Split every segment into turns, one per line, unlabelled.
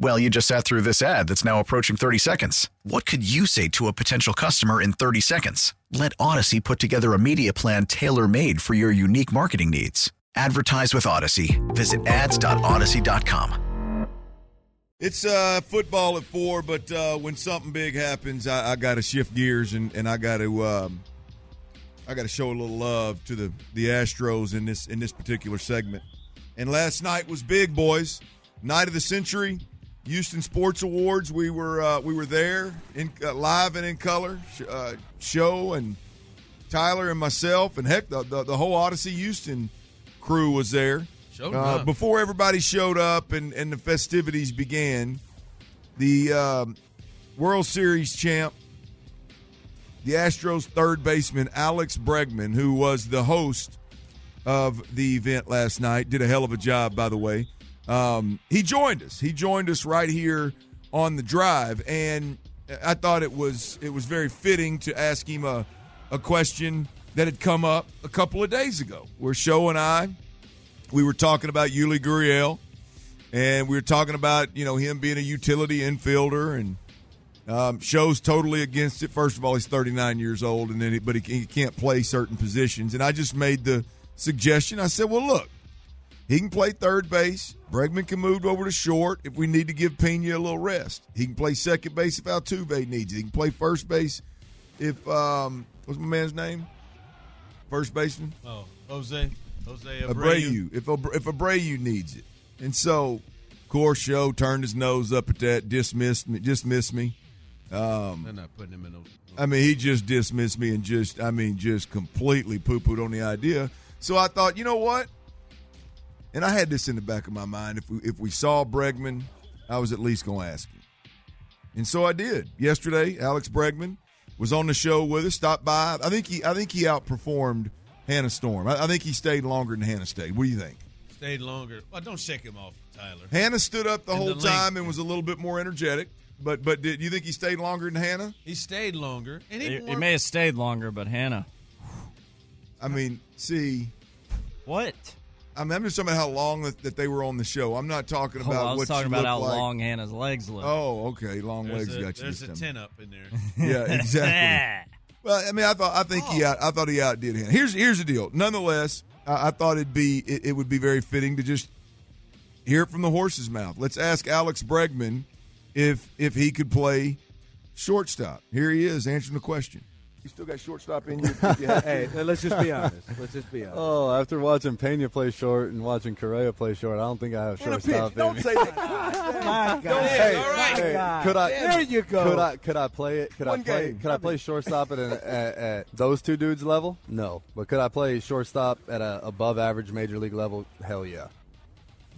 Well, you just sat through this ad that's now approaching 30 seconds. What could you say to a potential customer in 30 seconds? Let Odyssey put together a media plan tailor made for your unique marketing needs. Advertise with Odyssey. Visit ads.odyssey.com.
It's uh, football at four, but uh, when something big happens, I, I got to shift gears and, and I got to um, I got to show a little love to the the Astros in this in this particular segment. And last night was big, boys. Night of the century. Houston Sports Awards. We were uh, we were there in uh, live and in color uh, show, and Tyler and myself, and heck, the, the, the whole Odyssey Houston crew was there.
Showed
Uh,
up.
before everybody showed up and, and the festivities began, the um, World Series champ, the Astros third baseman Alex Bregman, who was the host of the event last night, did a hell of a job, by the way. Um, he joined us. He joined us right here on the drive, and I thought it was it was very fitting to ask him a a question that had come up a couple of days ago, where Show and I we were talking about Yuli Gurriel, and we were talking about you know him being a utility infielder, and um, shows totally against it. First of all, he's 39 years old, and then he, but he, he can't play certain positions. And I just made the suggestion. I said, well, look, he can play third base. Bregman can move over to short if we need to give Pena a little rest. He can play second base if Altuve needs it. He can play first base if um, what's my man's name? First baseman.
Oh, Jose. Jose Abreu.
Abreu. If Abr- if Abreu needs it, and so, of course, show turned his nose up at that, dismissed me, dismissed me.
They're not putting him in those.
I mean, he just dismissed me and just, I mean, just completely poo pooed on the idea. So I thought, you know what? And I had this in the back of my mind. If we if we saw Bregman, I was at least going to ask him. And so I did yesterday. Alex Bregman was on the show with us. Stopped by. I think he I think he outperformed Hannah Storm. I, I think he stayed longer than Hannah stayed. What do you think?
Stayed longer. Well, don't shake him off, Tyler.
Hannah stood up the
And the
whole
length.
time and was a little bit more energetic. But but did you think he stayed longer than Hannah?
He stayed longer, and he,
It,
wore-
may have stayed longer, but Hannah.
I mean, see.
What?
I mean, I'm just talking about how long that, that they were on the show. I'm not talking
Oh,
about
I was
what
talking
you
about
look
how
like.
long Hannah's legs look.
Oh, okay, long
there's
legs
a,
got you.
there's a
this time.
ten up in there.
Yeah, exactly. well, I mean, I thought I think he out, I thought he outdid him. Here's here's the deal. Nonetheless, I, I thought it'd be it, it would be very fitting to just hear it from the horse's mouth. Let's ask Alex Bregman if if he could play shortstop. Here he is answering the question. You still got shortstop in you. If you have to.
Hey, let's just be honest. Let's just be honest.
Oh, after watching Pena play short and watching Correa play short, I don't think I have
In a
shortstop.
pitch. Don't
in
say
me.
that. My God.
Hey,
all right.
hey,
God.
could I?
There you go.
Could I? Could I play it? Could
One
I play?
game.
Could I play shortstop at, an, at, at those two dudes level? No, but could I play shortstop at a above average major league level? Hell yeah.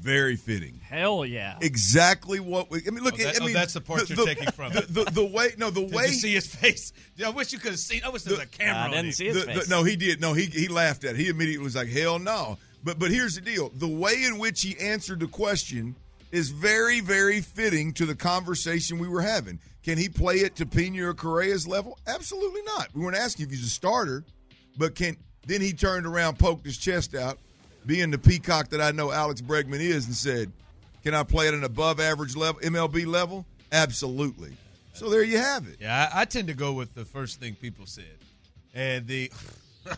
Very fitting.
Hell yeah.
exactly what we. I mean, look.
Oh, that-
I
oh,
mean,
that's the part you're taking from
the,
it.
The, the way, no, the
Did
way.
you see his face? Dude, I wish you could have seen. I wish there was a camera.
I
on
didn't
him.
see
the-
his
the-
face.
no, he did. No, he he laughed at. It. He immediately was like, "Hell no!" But but here's the deal: the way in which he answered the question is very very fitting to the conversation we were having. Can he play it to Pena or Correa's level? Absolutely not. We weren't asking if he's a starter, but can. Then he turned around, poked his chest out, being the peacock that I know Alex Bregman is, and said, "Can I play at an above average level, MLB level? Absolutely." So there you have it.
Yeah, I, I tend to go with the first thing people said, and the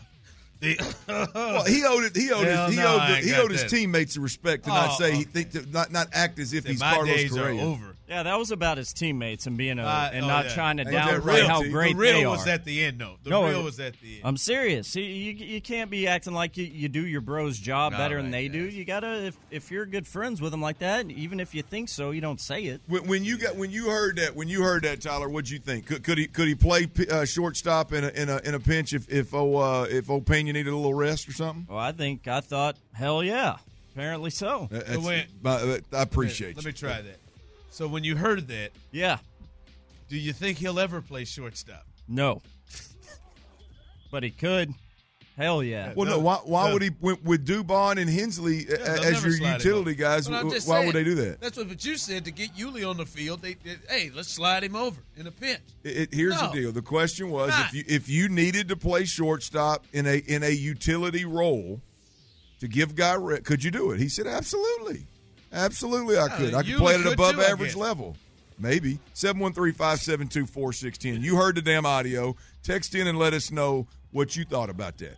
the.
Well, he owed it. He owed
Hell
his. He
no,
owed,
I
the,
ain't
he
got
owed his
that.
teammates the respect to
Oh,
not say he
okay.
think to not not act as if
Then
he's
my
Carlos
days
Correa.
are over.
Yeah, that was about his teammates and being a
Uh,
and
oh,
not
yeah.
trying to
And the
downplay
real-
how
the
great
real
they
was
are.
at the end, though. The real was at the end.
I'm serious. You, you, you can't be acting like you, you do your bro's job
All
better
right,
than they do. You gotta if if you're good friends with them like that, even if you think so, you don't say it.
When, when you got when you heard that when you heard that Tyler, what'd you think? Could, could he could he play p- uh, shortstop in a, in a in a pinch if if oh uh, if oh Pena needed a little rest or something?
Well, I think I thought, hell yeah. Apparently so.
That- that's- my- I appreciate
Let
you.
me try that. So when you heard that,
yeah,
do you think he'll ever play shortstop?
No. but he could. Hell yeah.
Well, no. Why, why would he with, with Dubon and Hensley a-
They'll
as
never
your
slide him
utility
over.
guys?
But I'm
w-
just
Why
saying,
would they do that?
That's what but you said to get Yuli on the field. They, they- hey, let's slide him over in a pinch.
It, it- here's
No.
the deal. The question was
Not.
if you if you needed to play shortstop in a in a utility role to give guy re- could you do it? He said absolutely, absolutely I
Yeah,
could. I could
you
play it at
could
above
too, I
average
guess.
level. Maybe 713-572-4610. You heard the damn audio. Text in and let us know what you thought about that.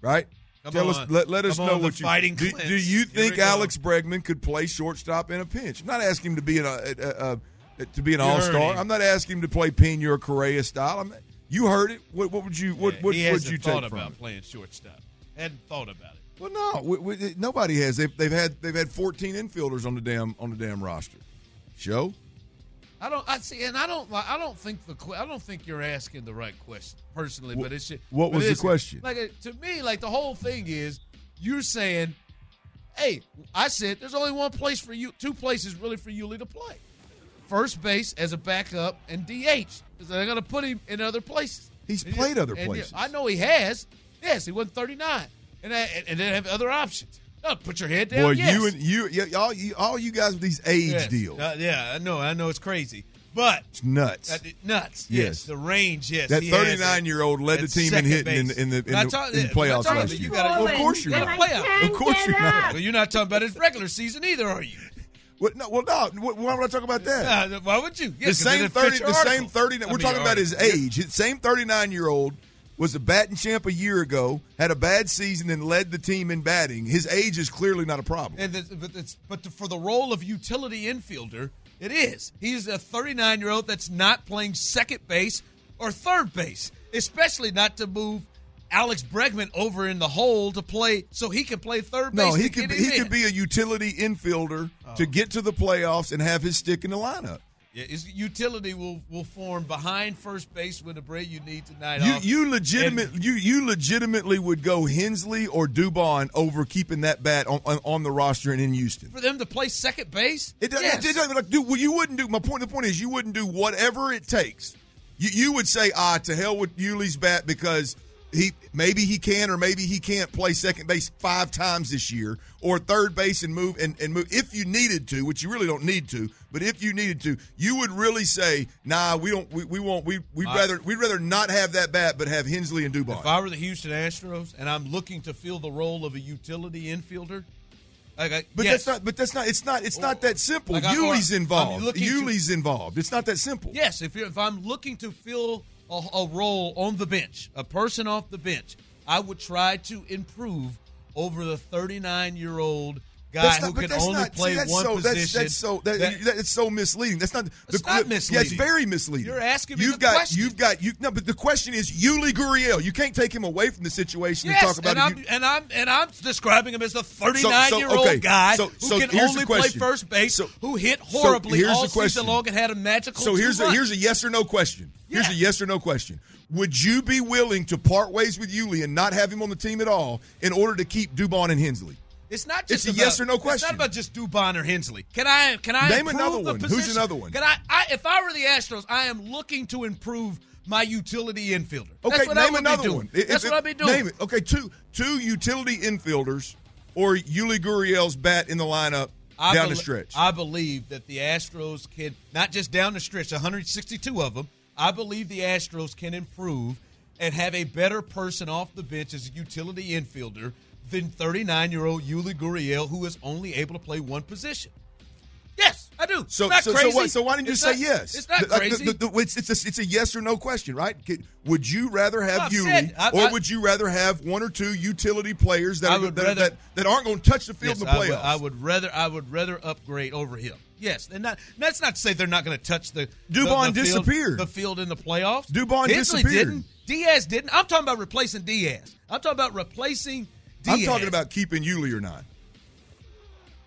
Right?
Come
Tell us
on.
let, let us
Come
know
on, the
what you
fighting
do,
clench.
do you
Here we
think
go.
Alex Bregman could play shortstop in a pinch? I'm not asking him to be an a, a, a, a- to be an
You heard
all star.
him.
I'm not asking him to play Pena or Correa style. I'm, you heard it. What, what would you what
Yeah,
what
he
would
hasn't
you
thought
take from?
about
it?
playing shortstop? Hadn't thought about it.
Well, no, we, we, nobody has. They've, they've had they've had 14 infielders on the damn on the damn roster. Show
I don't. I see, and I don't. li- I don't think the. que- I don't think you're asking the right question personally.
Wh-
but it's ju-
what
but
was the
it's-
question?
Like it- to me, like the whole thing is, you're saying, "Hey, I said there's only one place for you. Two places really for Yuli to play: first base as a backup and DH. Because they're going to put him in other places.
He's
And
played
yeah,
other
and yeah,
places.
I know he has. Yes, he won 39, and I, and, and then have other options. No, put your head down.
boy,
yes.
you and E you, yeah, all you all you guys with these age
Yes.
deals,
Uh, yeah, I know. I know it's crazy, but
it's nuts.
that- nuts.
Yes.
Yes. The range. Yes.
That
he has it.
39-year-old led the
At
team in
second
hitting in-
base.
in the- in
I
the-
told-
in
I
playoffs
told you,
last
You
year.
gotta,
Of course you're
in the
not.
playoffs.
of course you're not.
Well, you're not talking about his regular season either, are you?
What, no, well, no. What, why would I talk about that?
Uh, why would you?
the
Yes, 'cause
same
it
thirty.
fits your
The same
article.
thirty.
I
We're
mean,
talking
your
about his
article.
age. The same thirty-nine year old was the batting champ a year ago. Had a bad season and led the team in batting. His age is clearly not a problem.
And the, but, it's, but the, for the role of utility infielder, it is. He's a 39 year old that's not playing second base or third base, especially not to move Alex Bregman over in the hole to play so he can play third base.
no, he
to
could
get
be,
him
he
in. Oh.
could be a utility infielder to get to the playoffs and have his stick in the lineup.
Yeah, his utility will will form behind first base when the break you need tonight.
You
off.
you legitimate you you legitimately would go Hensley or Dubon over keeping that bat on, on, on the roster and in Houston.
for them to play second base.
It doesn't.
Yes.
It doesn't like, dude, well, you wouldn't do. My point. The point is, you wouldn't do whatever it takes. You, you would say, ah, to hell with Yuli's bat because he maybe he can or maybe he can't play second base five times this year or third base and move and, and move if you needed to, which you really don't need to. But if you needed to, you would really say, nah, we don't. We, we won't. We we would
I-
rather we'd rather not have that bat, but have Hensley and Dubon.
If I were the Houston Astros and I'm looking to fill the role of a utility infielder, like I,
but
yes,
that's not. But that's not. It's not. It's not that simple.
Like I- or-
Yuli's
I'm
involved.
looking to-
Yuli's involved. It's not that simple.
Yes, if you're, if I'm looking to fill a, a role on the bench, a person off the bench, I would try to improve over the 39 year old guy
That's not-
who
but
can
that's
only
not- see,
play
that's
one
so,
position.
That's, that's so that,
That-
that's so misleading. That's not.
It's not
Yeah,
misleading.
it's very misleading.
You're asking me
You've
the
got.
question.
You've got. You no. But the question is, Yuli Gurriel. You can't take him away from the situation
Yes,
and talk about
and
it.
I'm,
You-
and I'm and I'm describing him as the
So-
39 year old
okay,
guy
so- so
who
here's
can
the
only play
question.
first base,
So-
who hit
so
horribly
here's
all
the question.
season long and had a magical.
so here's
two
a
months.
here's a yes or no question. Here's
Yeah.
a yes or no question. Would you be willing to part ways with Yuli and not have him on the team at all in order to keep Dubon and Hensley?
It's not
It's
just
a
about-
yes or no
It's
question.
not about just Dubon or Hensley. Can I can I
Name
improve
another
the
one. Who's
Position?
another one?
Can I, I if I were the Astros, I am looking to improve my utility infielder.
Okay,
That's what I
name
would be
another
doing.
one. If-
That's
if-
what I'd be doing.
Name it. Okay, two two utility infielders or Yuli Gurriel's bat in the lineup
I
down
bel-
the stretch.
I believe that the Astros can not just down the stretch, 162 of them. I believe the Astros can improve and have a better person off the bench as a utility infielder than 39-year-old Yuli Gurriel, who is only able to play one position. Yes, I do.
so,
It's not
so, so,
crazy.
what, so why didn't you
It's
say
not-
yes?
It's not
Like,
crazy.
the- the- the- it's, it's a, it's a yes or no question, right? Could- Would you rather have
I've
Yuli,
said- I-
or
I-
would you rather have one or two utility players that
I
are,
would
that,
rather-
that, that aren't going to touch the field
Yes,
in the
I would-
playoffs?
I would rather I would rather upgrade over him. Yes, and not, that's not to say they're not going to touch the
Dubon
the, the
disappeared.
field, the field in the playoffs.
Dubon
Disley
disappeared.
didn't. Diaz didn't. I'm talking about replacing Diaz. I'm talking about replacing. Diaz.
I'm talking about keeping Yuli or not.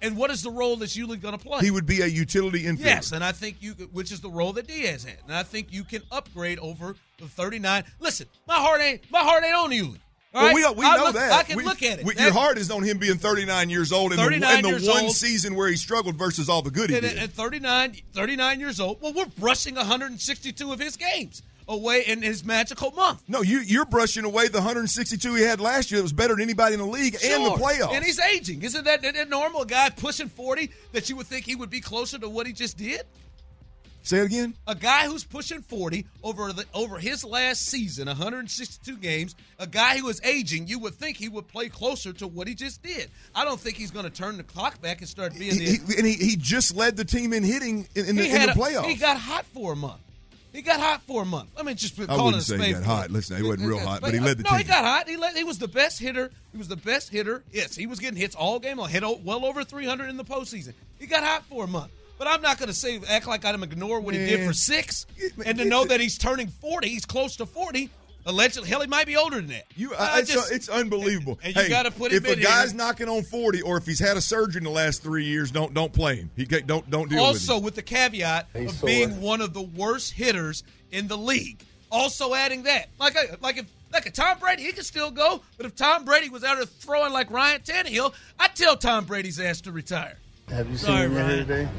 and what is the role that's Yuli going to play?
He would be a utility infielder.
Yes, and I think you, could- which is the role that Diaz had, and I think you can upgrade over the 39. Listen, my heart ain't my heart ain't on Yuli. All
Well,
right?
we don't- we
I
know
look-
that.
I can
We-
look at it.
we-
That-
your heart is on him being 39 years old and the,
39
and the
years
one
old.
season where he struggled versus all the good he
and,
did.
and 39, 39 years old. Well, we're brushing 162 of his games away in his magical month.
no, you, you're brushing away the 162 he had last year that was better than anybody in the league and the
Sure.
playoffs.
And he's aging. Isn't that a normal guy pushing 40 that you would think he would be closer to what he just did?
Say it again.
A guy who's pushing 40 over the over his last season, 162 games, a guy who is aging, you would think he would play closer to what he just did. I don't think he's going to turn the clock back and start being
He,
the
he- and he, he just led the team in hitting in, in, the, in the
had a-
playoffs.
he got hot for a month. He got hot for a month. I mean, just
I
call it a
wouldn't say he
spade
got
for a
hot.
month.
Listen, he wasn't real hot, but he led the
no,
team.
he got hot. He led, He was the best hitter. He was the best hitter. Yes, he was getting hits all game long. Hit o- well over 300 in the postseason. He got hot for a month. But I'm not going to say act like I'm ignore what he did
Man.
for six,
Get-
and to
get
know
the-
that he's turning 40. He's close to 40. Allegedly, hell, he might be older than that.
You,
I-
I,
I
it's, it's unbelievable.
And, and you
Hey,
got to put
if
him
a
in here.
guy's knocking on forty, or if he's had a surgery in the last three years, don't don't play him. He ca- don't don't deal
also
with
with the caveat
He's
of
sore.
being one of the worst hitters in the league. Also adding that, like I, like if like a Tom Brady, he could still go, but if Tom Brady was out there throwing like Ryan Tannehill, I'd tell Tom Brady's ass to retire.
Have you
Sorry,
him
Ryan.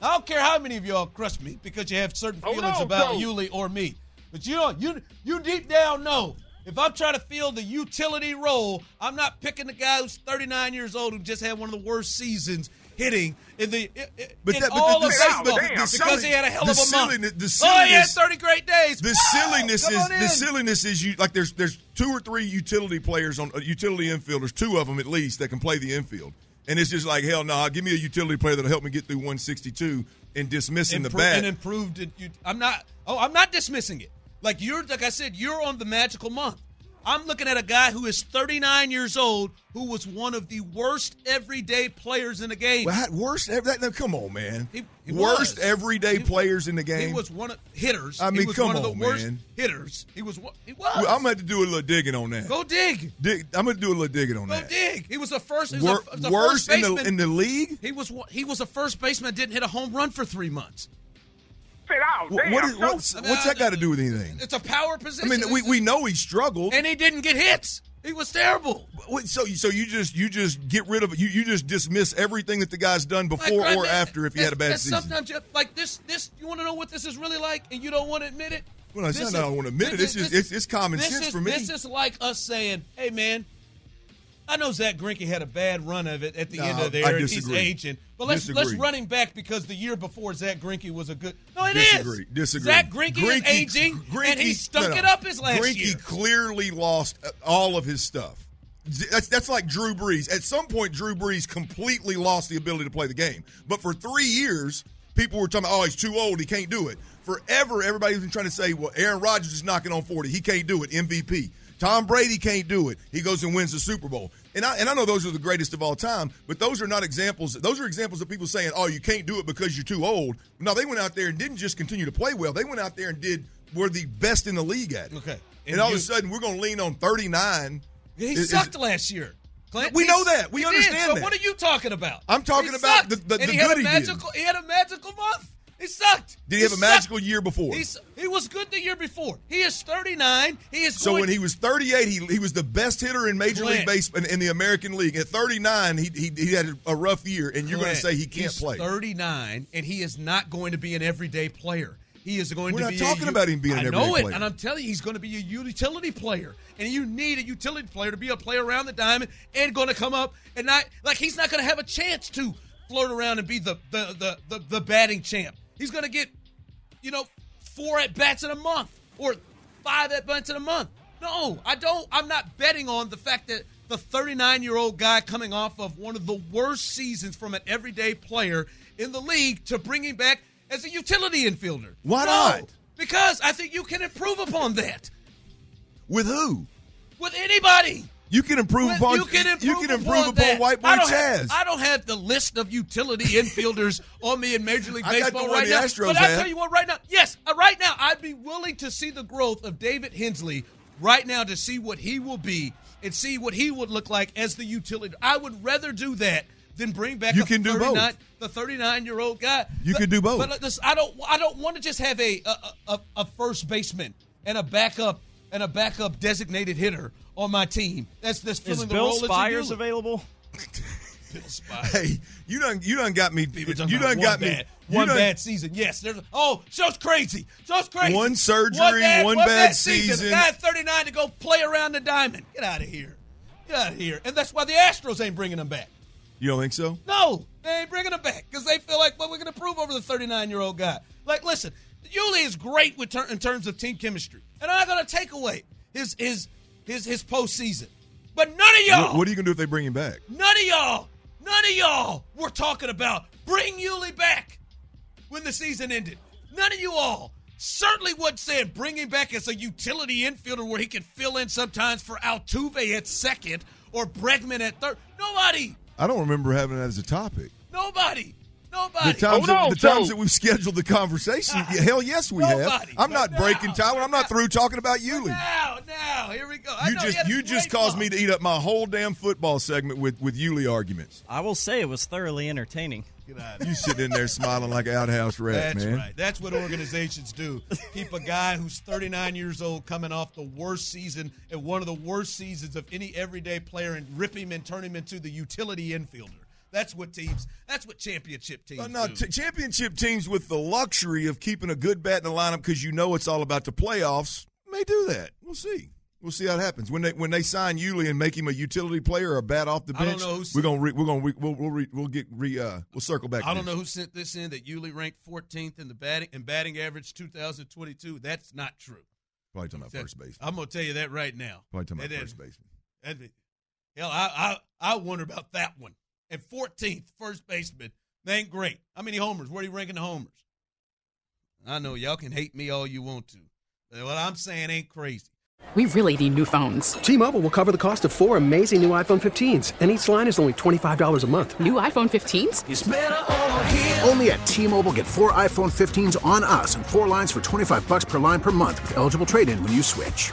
I don't care how many of y'all crush me because you have certain feelings about Yuli or me, but you don't you you deep down know. If I'm trying to fill the utility role, I'm not picking the guy who's 39 years old who just had one of the worst seasons hitting in the in, in-
But
in
that- but
all
the-
of
the-
baseball
the- the
because he had a hell of a
silliness-
month.
the silliness-
oh, he had 30 great days.
The
Woo!
silliness
Come
is
on in.
the silliness is you like there's there's two or three utility players on uh, utility infielders, two of them at least that can play the infield, and it's just like hell no, give me a utility player that'll help me get through 162 and dismissing the
Impro-
bat.
and improved. It. You, I'm not. Oh, I'm not dismissing it. Like you're, like I said, you're on the magical month. I'm looking at a guy who is 39 years old, who was one of the worst everyday players in the game.
Well, how- worst ever, that, no, come on, man.
He- he
worst
was.
everyday
He-
players in the game.
He was one of hitters.
I mean,
he was
come
one of the
on,
worst
man.
hitters. He was. one- He was.
I'm gonna have to do a little digging on that.
Go dig.
Dig, I'm gonna do a little digging on
Go
that.
dig. He was the first. He was
Wor-
a, the
worst
first
in
baseman.
the in the league.
he was. one- He was a first baseman. that Didn't hit a home run for three months.
Wh- what is, what's,
I mean,
what's
I-
that got to do with anything?
It's a power
I
position.
mean, we,
It's-
we know he struggled.
and he didn't get hits. He was terrible.
Wait, so you- so you just you just get rid of it. You you just dismiss everything that the guy's done
Like,
before
I
or
mean,
after if he
that's-
had a bad
that's
season.
Sometimes, you, like this, this you want to know what this is really like, and you don't want to admit it.
Well, it's
This
not that I don't wanna admit it. It's just- it's- it's common
this
sense
is-
for me.
This is like us saying, "Hey, man, I know Zach Greinke had a bad run of it at the
No,
end of the
I
year. and He's
disagree.
aging, but let's let's
Disagree.
run him back because the year before Zach Greinke was a good. No, it is.
disagree. Disagree.
Zach Greinke, is
Greinke-
aging, and he
Greinke-
stuck
no, no.
it up his last
Greinke
year.
clearly lost uh, all of his stuff. Z- That's that's like Drew Brees. At some point, Drew Brees completely lost the ability to play the game. But for three years, people were talking, about, "Oh, he's too old. He can't do it." Forever, everybody's been trying to say, "Well, Aaron Rodgers is knocking on forty. He can't do it. MVP. Tom Brady can't do it. He goes and wins the Super Bowl." And I and I know those are the greatest of all time, but those are not examples. Those are examples of people saying, "Oh, you can't do it because you're too old." No, they went out there and didn't just continue to play well. They went out there and did were the best in the league at it.
Okay.
And,
And
all
you-
of a sudden, we're going to lean on 39.
He
Is- is-
sucked last year. Clint,
We
He-
know that. We
he
understand
did. So
that.
what are you talking about?
I'm talking
He
about
sucked,
the- the-
and
the
he had
good
a
he did.
magical. He had a magical month. He sucked.
Did he have a
sucked.
magical year before?
He, su- he was good the year before. He is 39. He is
So
going-
when he was 38, he, he was the best hitter in Major League
Clint.
Baseball in, in the American League. At 39, he, he, he had a rough year, and you're going to
Clint,
say he can't
he's
play.
39, and he is not going to be an everyday player. He is going
We're
to
not
be.
talking
a,
about him being an
I know
everyday
it,
player.
and I'm telling you, he's going to be a utility player, and you need a utility player to be a player around the diamond and going to come up and not like he's not going to have a chance to flirt around and be the the the the, the batting champ. He's going to get, you know, four at bats in a month or five at bats in a month. No, I don't. I'm not betting on the fact that the 39 year old guy coming off of one of the worst seasons from an everyday player in the league to bring him back as a utility infielder.
Why
No,
not?
Because I think you can improve upon that
With who?
with anybody.
You can improve upon
you can improve,
you can improve upon
that.
white boy
I don't
Chaz.
Have, I don't have the list of utility infielders on me in Major League
I got the
Baseball
one
right
the
now.
Astros
but I
had.
tell you what, right now, yes, uh, right now, I'd be willing to see the growth of David Hensley right now to see what he will be and see what he would look like as the utility. I would rather do that than bring back
You
a
can do both.
39 the 39 year old guy.
You
But-
could do both.
But like this, I don't I don't want to just have a a, a a first baseman and a backup and a backup designated hitter on my team. That's this
Is
filling the
Bill
role that you
Spires
do.
available?
Bill Spires.
hey, you done you done got me. You
We're
done
talking about one
got me.
bad-
you
One
done-
bad season. Yes. There's, oh, show's crazy. Show's crazy.
One surgery, one bad season.
The guy at 39 to go play around the diamond. Get out of here. Get out of here. And that's why the Astros ain't bringing him back.
You don't think so?
No, they ain't bringing him back because they feel like, well, we're going to prove over the 39 year old guy. Like, listen, Yuli is great with ter- in terms of team chemistry, and I'm not going to take away his his his his postseason. But none of y'all,
What, what are you gonna do if they bring him back?
none of y'all, none of y'all were talking about bring Yuli back when the season ended. None of you all certainly wasn't saying bring him back as a utility infielder where he can fill in sometimes for Altuve at second or Bregman at third. Nobody,
I don't remember having that as a topic.
nobody,
The
nobody.
times, that,
on,
the times
Joe.
that we've scheduled the conversation,
Ah.
hell yes, we have.
Nobody.
I'm not
Now.
breaking Tyler. I'm not
Now.
through talking about Yuli.
Now, now, here we go. I
You
know he had
just
a
you just
great
caused
run.
me to eat up my whole damn football segment with with Yuli arguments.
I will say it was thoroughly entertaining.
You sitting in there smiling like an outhouse rat,
That's
man.
right. That's what organizations do. Keep a guy who's 39 years old coming off the worst season and one of the worst seasons of any everyday player and rip him and turn him into the utility infielder. That's what teams. That's what championship teams.
Uh, no,
do.
t- championship teams with the luxury of keeping a good bat in the lineup because you know it's all about the playoffs may do that. We'll see. We'll see how it happens when they when they sign Yuli and make him a utility player or a bat off the
I don't
bench.
know who's-
we're gonna re- we're gonna re- we'll we'll, re- we'll get re uh, we'll circle back.
I
to
don't
this.
know who sent this in that Yuli ranked 14th in the batting in batting average 2022. That's not true.
Probably talking about first base.
I'm gonna tell you that right now.
Probably talking
It
about
is-
first baseman.
That'd be, hell, I, I I wonder about that one. And 14th, first baseman, they ain't great. How many homers? Where are you ranking the homers? I know y'all can hate me all you want to, but what I'm saying ain't crazy.
We really need new phones.
T-Mobile will cover the cost of four amazing new iPhone 15s, and each line is only $25 a month.
New iPhone 15s?
Only at T-Mobile get four iPhone 15s on us and four lines for 25 bucks per line per month with eligible trade-in when you switch.